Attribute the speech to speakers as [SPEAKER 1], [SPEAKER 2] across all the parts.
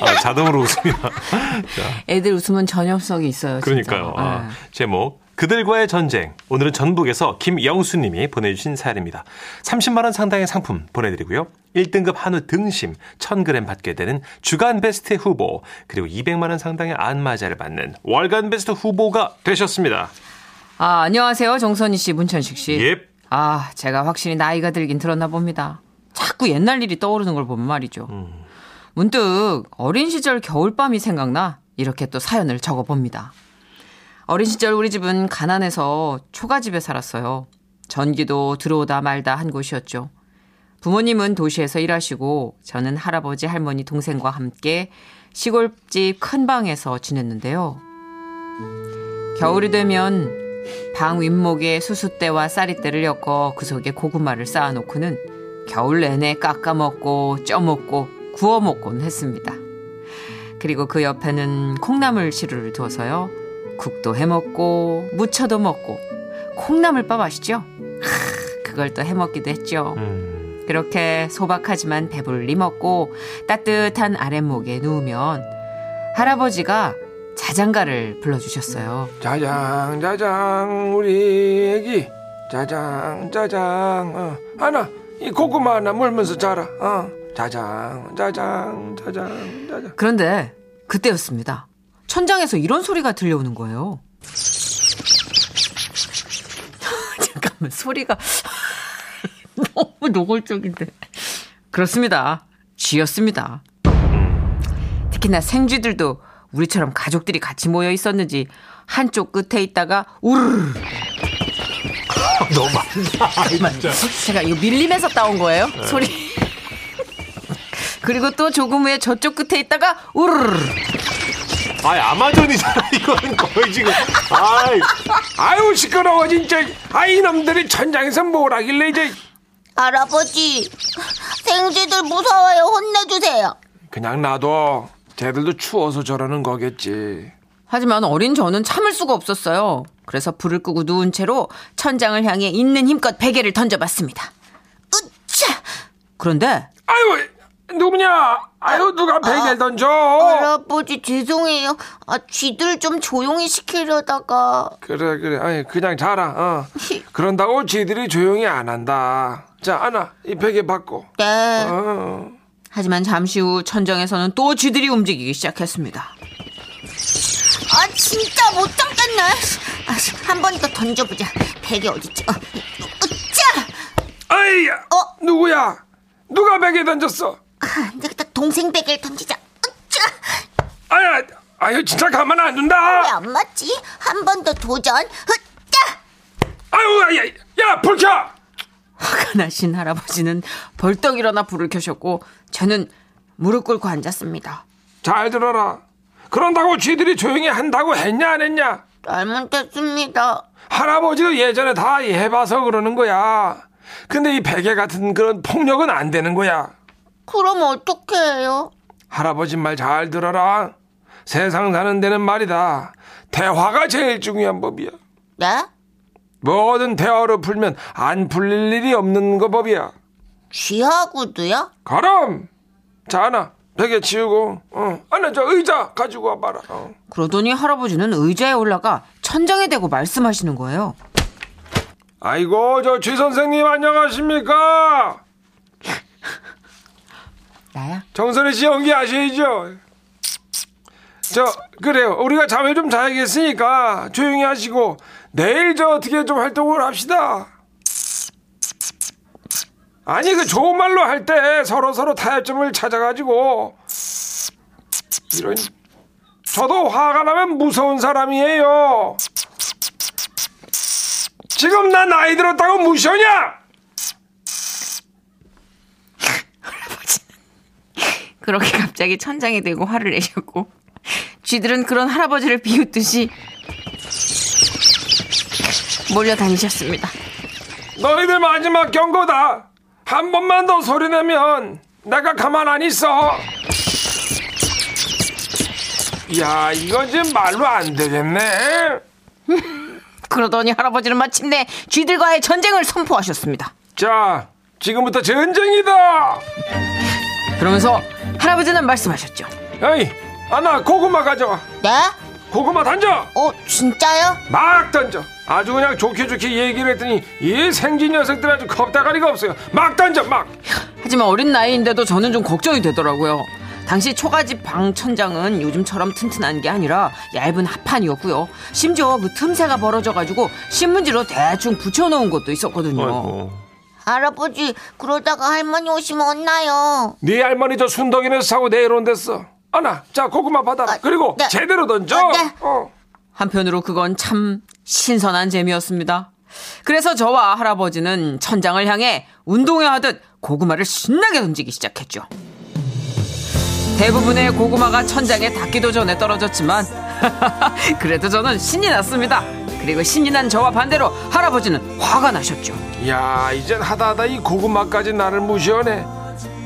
[SPEAKER 1] 아, 자동으로 웃음이 나.
[SPEAKER 2] 애들 웃음은 전염성이 있어요. 진짜.
[SPEAKER 1] 그러니까요. 아,
[SPEAKER 2] 네.
[SPEAKER 1] 제목 그들과의 전쟁. 오늘은 전북에서 김영수님이 보내주신 사연입니다. 30만 원 상당의 상품 보내드리고요. 1등급 한우 등심 1,000g 받게 되는 주간 베스트 후보 그리고 200만 원 상당의 안마자를 받는 월간 베스트 후보가 되셨습니다.
[SPEAKER 2] 아, 안녕하세요. 정선희 씨, 문천식 씨.
[SPEAKER 1] 예.
[SPEAKER 2] 아, 제가 확실히 나이가 들긴 들었나 봅니다. 자꾸 옛날 일이 떠오르는 걸 보면 말이죠.
[SPEAKER 1] 음.
[SPEAKER 2] 문득 어린 시절 겨울밤이 생각나 이렇게 또 사연을 적어봅니다. 어린 시절 우리 집은 가난해서 초가집에 살았어요. 전기도 들어오다 말다 한 곳이었죠. 부모님은 도시에서 일하시고 저는 할아버지 할머니 동생과 함께 시골집 큰 방에서 지냈는데요. 겨울이 되면 방 윗목에 수수대와 쌀이대를 엮어 그 속에 고구마를 쌓아놓고는 겨울 내내 깎아먹고 쪄먹고 구워먹곤 했습니다. 그리고 그 옆에는 콩나물 시루를 두어서요. 국도 해먹고 무쳐도 먹고 콩나물밥 아시죠? 크, 그걸 또 해먹기도 했죠.
[SPEAKER 1] 음,
[SPEAKER 2] 그렇게 소박하지만 배불리 먹고 따뜻한 아랫목에 누우면 할아버지가 자장가를 불러주셨어요.
[SPEAKER 3] 짜장 짜장 우리 애기 짜장 짜장 어. 하나 이 고구마 하나 물면서 자라 어. 짜장 짜장 짜장 짜장
[SPEAKER 2] 그런데 그때였습니다. 천장에서 이런 소리가 들려오는 거예요. 잠깐만 소리가 너무 노골적인데. 그렇습니다. 쥐였습니다. 특히나 생쥐들도 우리처럼 가족들이 같이 모여 있었는지 한쪽 끝에 있다가 우르르
[SPEAKER 1] 진짜.
[SPEAKER 2] 제가 이거 밀림에서 따온 거예요 소리 그리고 또 조금 후에 저쪽 끝에 있다가 우르르
[SPEAKER 1] 아, 아마존이잖아 이거는 거의 지금. 아,
[SPEAKER 3] 아유 시끄러워 진짜 아 이놈들이 천장에서 뭘 하길래 이제
[SPEAKER 4] 할아버지, 생쥐들 무서워요. 혼내주세요.
[SPEAKER 3] 그냥 놔둬 쟤들도 추워서 저러는 거겠지
[SPEAKER 2] 하지만 어린 저는 참을 수가 없었어요. 그래서 불을 끄고 누운 채로 천장을 향해 있는 힘껏 베개를 던져봤습니다. 으차! 그런데
[SPEAKER 3] 아유 누구냐 아유 누가 베개를 던져
[SPEAKER 4] 할아버지, 죄송해요. 아, 쥐들 좀 조용히 시키려다가.
[SPEAKER 3] 그래 그래 아니 그냥 자라 어. 그런다고 쟤들이 조용히 안 한다 자 하나 이 베개 받고
[SPEAKER 4] 네.
[SPEAKER 3] 어.
[SPEAKER 2] 하지만 잠시 후 천장에서는 또 쥐들이 움직이기 시작했습니다.
[SPEAKER 4] 아, 진짜 못 참겠네. 아, 한 번 더 던져보자. 베개 어딨지? 어, 으짜!
[SPEAKER 3] 아이야
[SPEAKER 4] 어?
[SPEAKER 3] 누구야 누가 베개 던졌어
[SPEAKER 4] 아, 내가 다 동생 베개를 던지자. 으짜!
[SPEAKER 3] 아야 아유 진짜 가만 안
[SPEAKER 4] 왜
[SPEAKER 3] 둔다
[SPEAKER 4] 안 맞지? 한 번 더 도전. 으짜!
[SPEAKER 3] 아유 아야 야 불켜
[SPEAKER 2] 화가 나신 할아버지는 벌떡 일어나 불을 켜셨고 저는 무릎 꿇고 앉았습니다.
[SPEAKER 3] 잘 들어라 그런다고 쥐들이 조용히 한다고 했냐 안 했냐
[SPEAKER 4] 잘못했습니다.
[SPEAKER 3] 할아버지도 예전에 다 해봐서 그러는 거야 근데 이 베개 같은 그런 폭력은 안 되는 거야
[SPEAKER 4] 그럼 어떡해요?
[SPEAKER 3] 할아버지 말 잘 들어라 세상 사는 데는 말이다 대화가 제일 중요한 법이야
[SPEAKER 4] 네?
[SPEAKER 3] 뭐든 대화로 풀면 안 풀릴 일이 없는 거 법이야
[SPEAKER 4] 쥐하고도요?
[SPEAKER 3] 그럼 자 하나 베개 치우고 어 하나 저 의자 가지고 와봐라 어.
[SPEAKER 2] 그러더니 할아버지는 의자에 올라가 천장에 대고 말씀하시는 거예요.
[SPEAKER 3] 아이고 저 최 선생님 안녕하십니까
[SPEAKER 2] 나야?
[SPEAKER 3] 정선희 씨 연기 아시죠 저 그래요 우리가 잠을 좀 자야겠으니까 조용히 하시고 내일 저 어떻게 좀 활동을 합시다 아니 그 좋은 말로 할 때 서로 서로 타협점을 찾아가지고 이런 저도 화가 나면 무서운 사람이에요 지금 나 나이 들었다고 무시하냐
[SPEAKER 2] 그렇게 갑자기 천장에 대고 화를 내셨고 쥐들은 그런 할아버지를 비웃듯이 몰려다니셨습니다.
[SPEAKER 3] 너희들 마지막 경고다. 한 번만 더 소리내면 내가 가만 안 있어. 야, 이건 지금 말로 안 되겠네.
[SPEAKER 2] 그러더니 할아버지는 마침내 쥐들과의 전쟁을 선포하셨습니다.
[SPEAKER 3] 자, 지금부터 전쟁이다.
[SPEAKER 2] 그러면서 할아버지는 말씀하셨죠.
[SPEAKER 3] 야이 아나 고구마 가져와
[SPEAKER 4] 네?
[SPEAKER 3] 고구마 던져
[SPEAKER 4] 어, 진짜요?
[SPEAKER 3] 막 던져 아주 그냥 좋게 좋게 얘기를 했더니 이 생긴 녀석들 아주 겁다가리가 없어요 막 던져 막
[SPEAKER 2] 하지만 어린 나이인데도 저는 좀 걱정이 되더라고요. 당시 초가집 방 천장은 요즘처럼 튼튼한 게 아니라 얇은 합판이었고요. 심지어 그 틈새가 벌어져가지고 신문지로 대충 붙여놓은 것도 있었거든요.
[SPEAKER 1] 아이고.
[SPEAKER 4] 할아버지, 그러다가 할머니 오시면 혼나요.
[SPEAKER 3] 네 할머니 저 순덕이네 사고 내려온댔어 아나 자 고구마 받아라
[SPEAKER 4] 아,
[SPEAKER 3] 그리고
[SPEAKER 4] 네.
[SPEAKER 3] 제대로 던져
[SPEAKER 4] 아, 네.
[SPEAKER 3] 어.
[SPEAKER 2] 한편으로 그건 참 신선한 재미였습니다. 그래서 저와 할아버지는 천장을 향해 운동회 하듯 고구마를 신나게 던지기 시작했죠. 대부분의 고구마가 천장에 닿기도 전에 떨어졌지만 그래도 저는 신이 났습니다. 그리고 신이 난 저와 반대로 할아버지는 화가 나셨죠.
[SPEAKER 3] 야 이젠 하다하다 이 고구마까지 나를 무시하네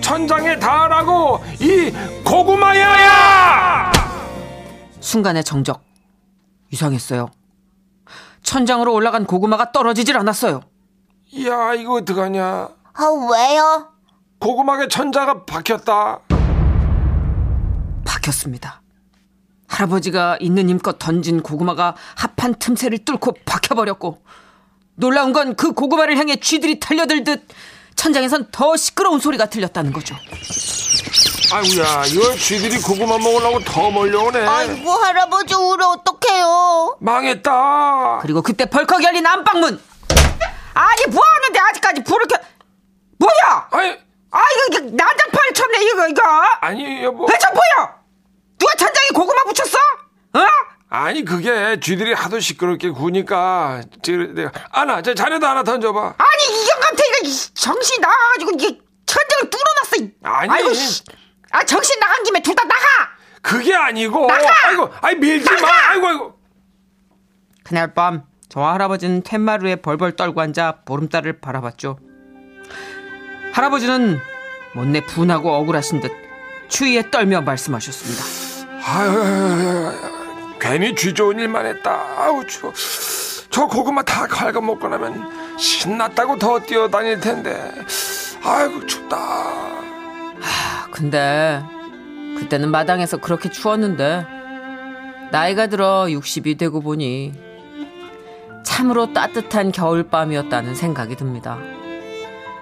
[SPEAKER 3] 천장에 닿으라고 이 고구마야
[SPEAKER 2] 순간의 정적 이상했어요. 천장으로 올라간 고구마가 떨어지질 않았어요.
[SPEAKER 3] 야 이거 어떡하냐
[SPEAKER 4] 아, 왜요?
[SPEAKER 3] 고구마의 천자가 박혔다
[SPEAKER 2] 박혔습니다. 할아버지가 있는 힘껏 던진 고구마가 합판 틈새를 뚫고 박혀버렸고 놀라운 건 그 고구마를 향해 쥐들이 달려들듯 천장에선 더 시끄러운 소리가 들렸다는 거죠.
[SPEAKER 3] 아이고야 이거 쥐들이 고구마 먹으려고 더 몰려오네
[SPEAKER 4] 아이고, 할아버지 울어, 어떡해요?
[SPEAKER 3] 망했다
[SPEAKER 2] 그리고 그때 벌컥 열린 안방문. 아니 뭐하는데 아직까지 불을 켜? 뭐야?
[SPEAKER 3] 아니
[SPEAKER 2] 아 이거, 이거 난장판을 쳤네 이거 이거.
[SPEAKER 3] 아니 여보
[SPEAKER 2] 왜저 보여? 누가 천장에 고구마 붙였어? 어?
[SPEAKER 3] 아니 그게 쥐들이 하도 시끄럽게 구니까 지금 내가 아나 저 자네도 하나 던져봐
[SPEAKER 2] 아니 이경감태 이거 이- 정신 이 나가가지고 이게 천장을 뚫어놨어. 이-
[SPEAKER 3] 아니.
[SPEAKER 2] 아이고, 씨. 아 정신 나간 김에 둘 다 나가.
[SPEAKER 3] 그게 아니고
[SPEAKER 2] 나가!
[SPEAKER 3] 아이고 아이 밀지 마
[SPEAKER 2] 나가!
[SPEAKER 3] 아이고 아이고
[SPEAKER 2] 그날 밤 저와 할아버지는 텐마루에 벌벌 떨고 앉아 보름달을 바라봤죠. 할아버지는 못내 분하고 억울하신 듯 추위에 떨며 말씀하셨습니다.
[SPEAKER 3] 아유 괜히 쥐 좋은 일만 했다 아우 추워 저 고구마 다 갉아먹고 나면 신났다고 더 뛰어다닐 텐데 아이고 춥다
[SPEAKER 2] 아, 근데 그때는 마당에서 그렇게 추웠는데 나이가 들어 60이 되고 보니 참으로 따뜻한 겨울밤이었다는 생각이 듭니다.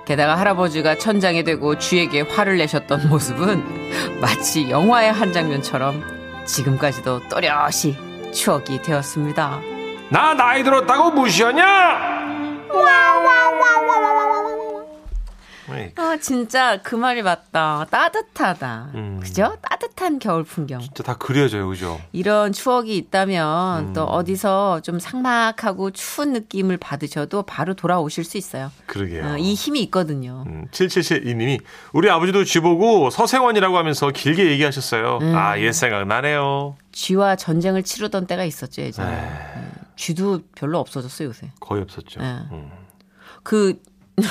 [SPEAKER 2] 게다가 할아버지가 천장에 대고 쥐에게 화를 내셨던 모습은 마치 영화의 한 장면처럼 지금까지도 또렷이 추억이 되었습니다.
[SPEAKER 3] 나 나이 들었다고 무시하냐?
[SPEAKER 1] 아이,
[SPEAKER 2] 아 진짜 그 말이 맞다. 따뜻하다. 그죠? 따뜻한 겨울 풍경.
[SPEAKER 1] 진짜 다 그려져요, 그죠?
[SPEAKER 2] 이런 추억이 있다면
[SPEAKER 1] 음.
[SPEAKER 2] 또 어디서 좀 상막하고 추운 느낌을 받으셔도 바로 돌아오실 수 있어요.
[SPEAKER 1] 그러게요.
[SPEAKER 2] 어, 이 힘이 있거든요.
[SPEAKER 1] 음, 7772님이 우리 아버지도 쥐보고 서생원이라고 하면서 길게 얘기하셨어요.
[SPEAKER 2] 음.
[SPEAKER 1] 아, 옛 생각 나네요.
[SPEAKER 2] 쥐와 전쟁을 치르던 때가 있었죠 예전에. 음, 쥐도 별로 없어졌어요 요새.
[SPEAKER 1] 거의 없었죠.
[SPEAKER 2] 네.
[SPEAKER 1] 음.
[SPEAKER 2] 그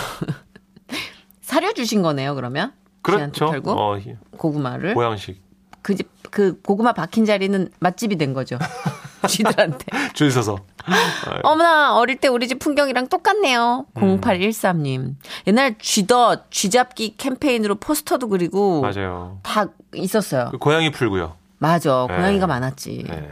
[SPEAKER 2] 사려 주신 거네요 그러면?
[SPEAKER 1] 그렇죠.
[SPEAKER 2] 쥐한테 털고
[SPEAKER 1] 어,
[SPEAKER 2] 고구마를
[SPEAKER 1] 보양식.
[SPEAKER 2] 그, 집- 그 고구마 박힌 자리는 맛집이 된 거죠. 쥐들한테.
[SPEAKER 1] 줄 서서. 네.
[SPEAKER 2] 어머나 어릴 때 우리 집 풍경이랑 똑같네요.
[SPEAKER 1] 음.
[SPEAKER 2] 0813님 옛날 쥐더 쥐잡기 캠페인으로 포스터도 그리고
[SPEAKER 1] 맞아요.
[SPEAKER 2] 다 있었어요.
[SPEAKER 1] 그 고양이 풀고요.
[SPEAKER 2] 맞아
[SPEAKER 1] 네.
[SPEAKER 2] 고양이가 많았지.
[SPEAKER 1] 네.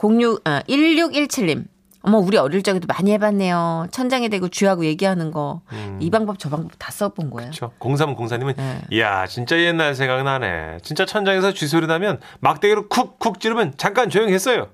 [SPEAKER 2] 06 아, 1617님 어머 우리 어릴 적에도 많이 해봤네요. 천장에 대고 쥐하고 얘기하는 거 이 방법 저 방법 다 써본 거예요.
[SPEAKER 1] 음. 그렇죠. 0304님은
[SPEAKER 2] 네.
[SPEAKER 1] 이야 진짜 옛날 생각나네. 진짜 천장에서 쥐 소리 나면 막대기로 쿡쿡 찌르면 잠깐 조용했어요.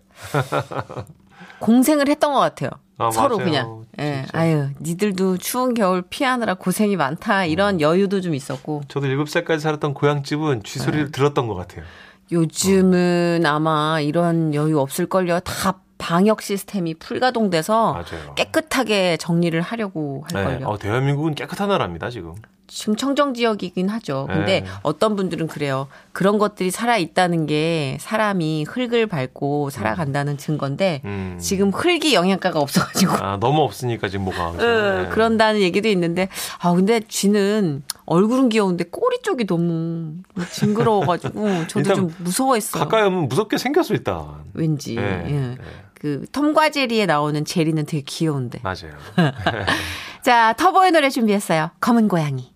[SPEAKER 2] 공생을 했던 것 같아요.
[SPEAKER 1] 아,
[SPEAKER 2] 서로
[SPEAKER 1] 맞아요.
[SPEAKER 2] 그냥 예,
[SPEAKER 1] 진짜.
[SPEAKER 2] 아유 니들도 추운 겨울 피하느라 고생이 많다
[SPEAKER 1] 음.
[SPEAKER 2] 이런 여유도 좀 있었고
[SPEAKER 1] 저도 7살까지 살았던 고향집은 쥐
[SPEAKER 2] 네.
[SPEAKER 1] 소리를 들었던 것 같아요.
[SPEAKER 2] 요즘은 아마 이런 여유 없을걸요. 다 방역 시스템이 풀가동돼서
[SPEAKER 1] 맞아요.
[SPEAKER 2] 깨끗하게 정리를 하려고 할걸요.
[SPEAKER 1] 네. 어, 대한민국은 깨끗한 나라입니다 지금.
[SPEAKER 2] 지금 청정 지역이긴 하죠. 근데
[SPEAKER 1] 네.
[SPEAKER 2] 어떤 분들은 그래요. 그런 것들이 살아 있다는 게 사람이 흙을 밟고 살아간다는 증거인데
[SPEAKER 1] 음.
[SPEAKER 2] 지금 흙이 영양가가 없어가지고
[SPEAKER 1] 아, 너무 없으니까 지금 뭐가. 그죠?
[SPEAKER 2] 어,
[SPEAKER 1] 네.
[SPEAKER 2] 그런다는 얘기도 있는데 아 근데 쥐는 얼굴은 귀여운데 꼬리 쪽이 너무 징그러워가지고 저도
[SPEAKER 1] 일단
[SPEAKER 2] 좀 무서워했어요.
[SPEAKER 1] 가까이 오면 무섭게 생겼어 일단.
[SPEAKER 2] 왠지
[SPEAKER 1] 네,
[SPEAKER 2] 예.
[SPEAKER 1] 네.
[SPEAKER 2] 그 톰과 제리에 나오는 제리는 되게 귀여운데.
[SPEAKER 1] 맞아요.
[SPEAKER 2] 자, 터보의 노래 준비했어요. 검은 고양이.